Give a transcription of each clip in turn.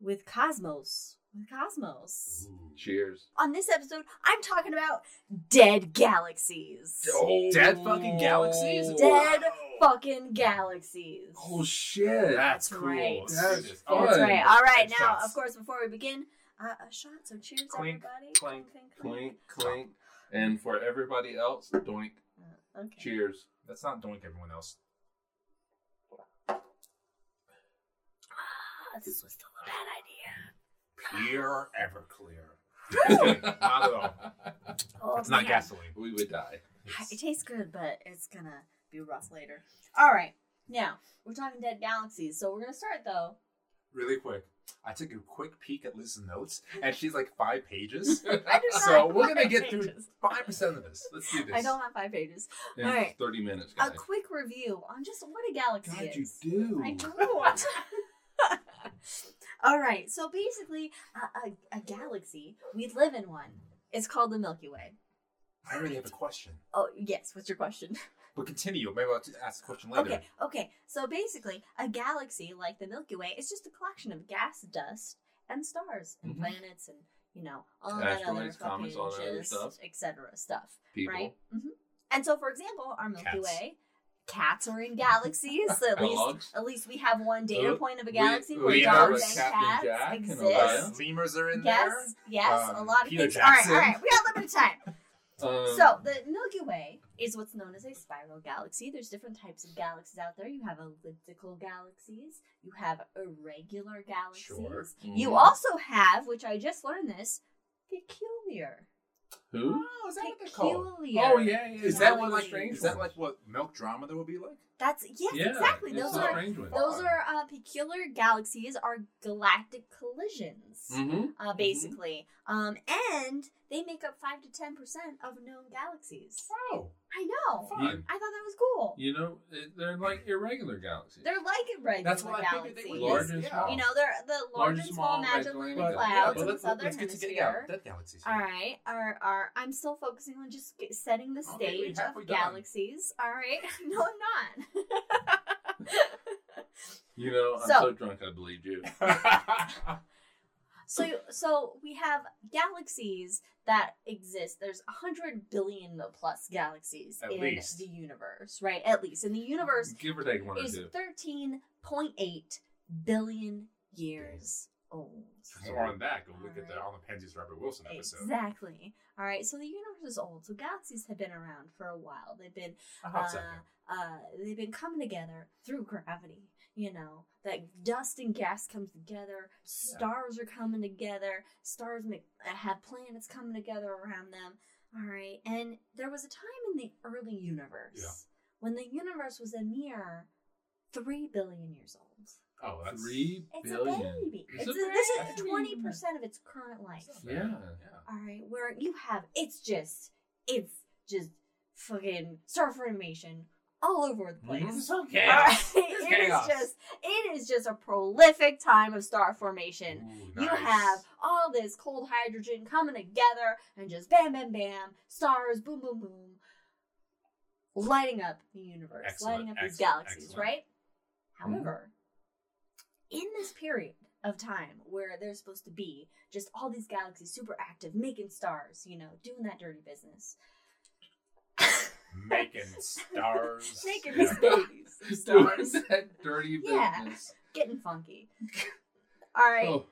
with Cosmos. With Cosmos. Cheers. On this episode, I'm talking about dead galaxies. Dead fucking galaxies? Oh. Dead fucking galaxies. Oh shit. That's That's cool. right. That's Dude, it's fun. That's right. All right, And now, shots. of course, before we begin, uh, a shot. So cheers, Clink, everybody. clank, Clink, clink. And for everybody else, doink. Uh, okay. Cheers. That's not doink everyone else. Ah, this was still a bad idea. Pure Everclear. not at all. Oh, It's not man. gasoline. We would die. It tastes good, but it's gonna be rough later. All right, now we're talking dead galaxies, so we're gonna start though. really quick. I took a quick peek at Liz's notes, and she's like five pages. I do not so have we're gonna five get through pages. five percent of this. Let's do this. I don't have five pages. And All right. 30 minutes, A guys. quick review on just what a galaxy God, you is. do. I don't. All right, so basically, a, a, a galaxy. We live in one. It's called the Milky Way. I really have a question, Oh yes, what's your question? but continue. Maybe I'll t- ask the question later. Okay, okay. So basically, a galaxy like the Milky Way is just a collection of gas, dust, and stars and Mhm. planets and you know all that other Asteroids, fucking comets, all that other just stuff. etc. stuff, People. right? hmm And so, for example, our Milky Cats. Way, cats are in galaxies. so at least, Dogs. at least we have one data Uh, point of a we- galaxy we where have dogs a and Captain cats Jack and exist. a lion. Uh, Lemurs are in Yes, there. yes, a Um, lot of Peter things. All right, all Jackson. right, we got limited time. Um, So the Milky Way is what's known as a spiral galaxy. There's different types of galaxies out there. You have elliptical galaxies. You have irregular galaxies. Sure. You Mhm. Mm. also have, which I just learned this, peculiar. Who? Oh, is that what they're called? Peculiar. Oh, yeah, yeah. Is yeah. that Those what are like? strange Is that ones. like what milk drama there would be like? That's yes, Yeah, exactly. it's Those a are strange one. those are uh, peculiar galaxies. Are galactic collisions. Mm-hmm. Uh, basically, um, and they make up five to ten percent of known galaxies. Oh, I know. fun. I thought that was cool. You know, it- they're like irregular galaxies. They're like irregular That's what I galaxies. figured they would. be. Large and Yeah. small. You know, they're the large, and small, Magellanic Magellanic yeah, clouds but in the let's, southern let's get to the gal- hemisphere. that galaxy. All right, are are I'm still focusing on just get, setting the Okay, we're stage halfway of done. galaxies. All right, no, I'm not. You know, I'm So- so, drunk I believed you. so so we have galaxies that exist. There's a hundred billion plus galaxies At in least. the universe, right? At least in the universe Give or take one or is two. 13.8 billion years old. So on that, go look All at the right. on the Pansies Robert Wilson episode. Exactly. All right. So the universe is old. So galaxies have been around for a while. They've been I'll uh, have second. uh, they've been coming together through gravity. You know that dust and gas comes together. Stars are coming together. Stars make, uh, have planets coming together around them. All right. And there was a time in the early universe Yeah. when the universe was a mere three billion years old. Oh, that's Three It's billion. a baby. It's It's a a- this is baby. twenty percent of its current life. That's not bad. Yeah. All right, where you have it's just it's just fucking star formation all over the place. Mhm. so All right, It is just it is just a prolific time of star formation. You have all this cold hydrogen coming together and just bam bam bam stars boom boom boom lighting up the universe, Excellent, lighting up these excellent, galaxies, excellent. Mm-hmm. right? However, in this period of time where they're supposed to be just all these galaxies super active, making stars, you know, doing that dirty business, making stars. making Yeah. these babies, Doing stars, that dirty Yeah. business. getting funky. All right. Oh,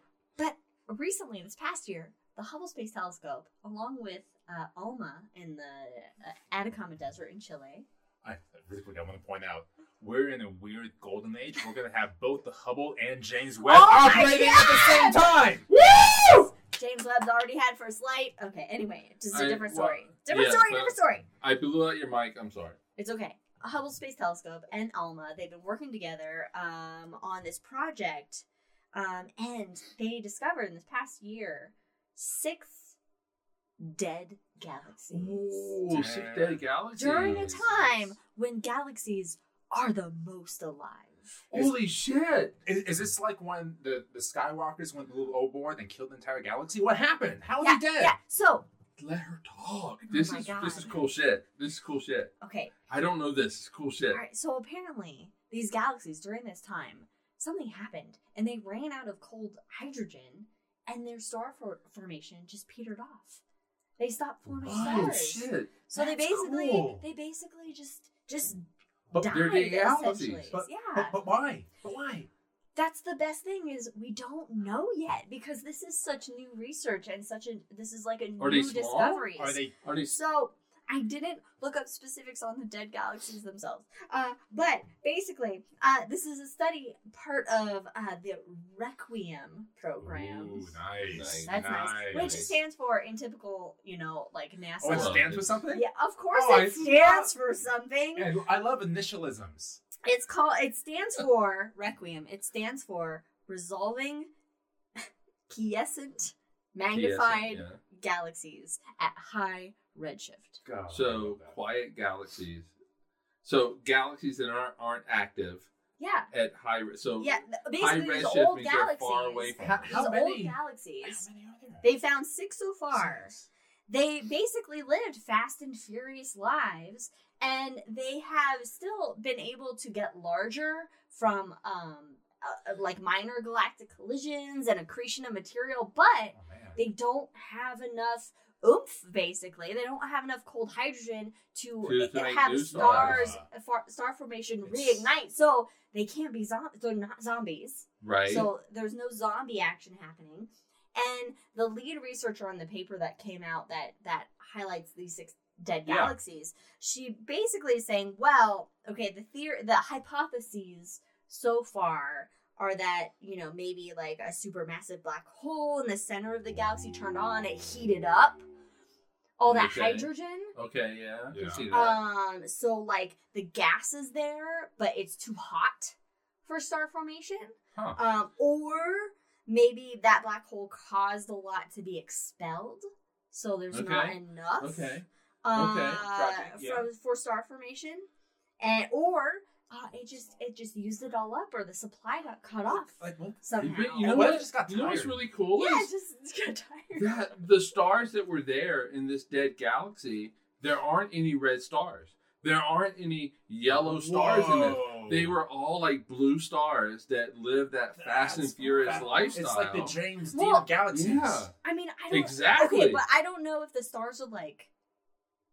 recently, this past year, the Hubble Space Telescope, along with uh, ALMA in the uh, Atacama Desert in Chile, I, really quick, I want to point out we're in a weird golden age. We're gonna have both the Hubble and James Webb Oh my operating at the same time. James Webb's already had first light. Okay, anyway, just a I- different well, story. different yeah, story, but- different story. I blew out your mic. I'm sorry. It's okay. Hubble Space Telescope and ALMA, they've been working together um, on this project, um, and they discovered in this past year six dead galaxies. Ooh, sick day galaxy. during a time when galaxies are the most alive. Holy shit. Is, is this like when the, the Skywalkers went a little overboard and killed the entire galaxy? What happened? How is yeah, he dead? yeah. So, Let her Oh talk. This my is God. this is cool shit. This is cool shit. okay. I don't know this. It's cool shit. All right. So apparently, these galaxies during this time something happened and they ran out of cold hydrogen and their star for- formation just petered off. They stopped forming Oh stars. shit! So they That's basically cool. they basically just just But died they're realities. essentially. But- yeah. But, but why? But why? that's the best thing is we don't know yet because this is such new research and such a this is like a Are they new small? discovery. Are they? Are these? So I didn't look up specifics on the dead galaxies themselves, uh, but basically, uh, this is a study part of uh, the Requiem program. Ooh, nice. Nice. That's nice. which stands for in typical, you you know, like NASA. Oh, it Well, stands for it's- something. yeah, of course Oh, I it stands for something. Yeah, I love initialisms. It's called. It stands for Requiem. It stands for resolving quiescent magnified Yeah. galaxies at high redshift. God, I So love that. quiet galaxies. So galaxies that aren't aren't active Yeah, at high. Re- so yeah. high Basically, these redshift old means they're far away galaxies. from. How- us. These how- old many? galaxies. How many are there? They found six so far. Six. They basically lived fast and furious lives, and they have still been able to get larger from um, uh, like minor galactic collisions and accretion of material, but Oh, man. they don't have enough oomph basically they don't have enough cold hydrogen to, To- to make have new Uh-huh. stars stars. far, star formation It's- reignite so they can't be zombies they're not zombies Right. so there's no zombie action happening and the lead researcher on the paper that came out that that highlights these six dead Yeah. galaxies she basically is saying well okay the theory the hypotheses so far are that you know maybe like a supermassive black hole in the center of the galaxy turned on it heated up all that Okay. hydrogen okay. Yeah. I can Yeah. see that. um so like the gas is there but it's too hot for star formation Huh. um or maybe that black hole caused a lot to be expelled so there's not Okay. enough okay. uh, Gotcha, yeah. from for star formation, and or uh, it just it just used it all up, or the supply got cut off Like, well, somehow. But you know Oh, I what? just got You know what's tired. really cool yeah, is it just got tired. that the stars that were there in this dead galaxy, there aren't any red stars. There aren't any yellow stars in it. Whoa. They were all like blue stars that lived that fast That's- and furious that- lifestyle. It's like the James Dean Well- of galaxies. Yeah. I mean, I don't Exactly. Okay, but I don't know if the stars are like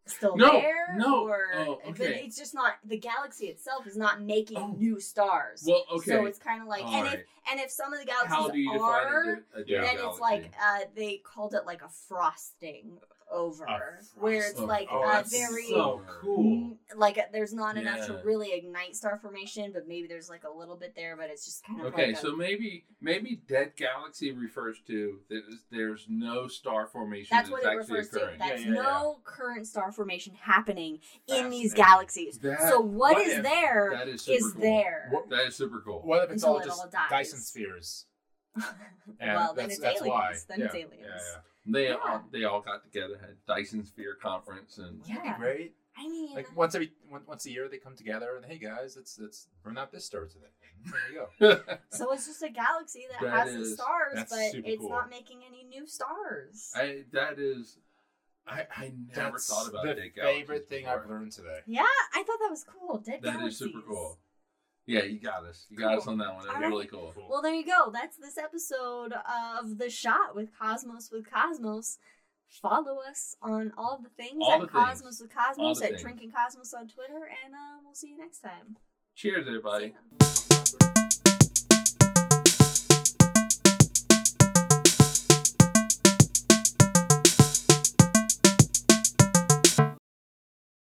still No, there. no. or Oh, but okay. it's just not the galaxy itself is not making Oh. new stars. Well, okay. So it's kind of like, All and right. if and if some of the How do galaxies you define are, a, a Yeah. then galaxy? it's like uh, they called it like a frosting over, A frost- where it's like oh, a that's very so cool. n- like a, there's not enough to Yeah. really ignite star formation, but maybe there's like a little bit there, but it's just kind of Okay, like a- so maybe maybe dead galaxy refers to that is- there's no star formation. that's that what is it actually refers to. occurring. That's yeah, yeah. no current star formation happening in these Fascinating. galaxies. That- so what what is if- there that is super is cool. there. What- That is super cool. What if it's Until all it just all dies. Dyson spheres? And well, then that's, it's that's aliens. why. Then yeah. it's aliens. Yeah, They Yeah. all they all got together, had Dyson Sphere conference, and yeah. Wouldn't that Yeah. be great? I mean, Like once every on- once a year they come together and hey guys, let's let's burn out this star today. There you go. so it's just a galaxy that, That has the is- stars, that's but super it's cool. not making any new stars. I, that is I, I never that's thought about the dead galaxies favorite thing before. I've learned today. Yeah, I thought that was cool. Dead that is Galaxies. super cool. Yeah, you got us. You got us Cool. on that one. That was All really cool. Well, there you go. That's this episode of The Shot with Cosmos with Cosmos. Follow us on all the things All at the things. Cosmos with Cosmos, the at things. Drinking Cosmos on Twitter, and uh, we'll see you next time. Cheers, everybody. See ya.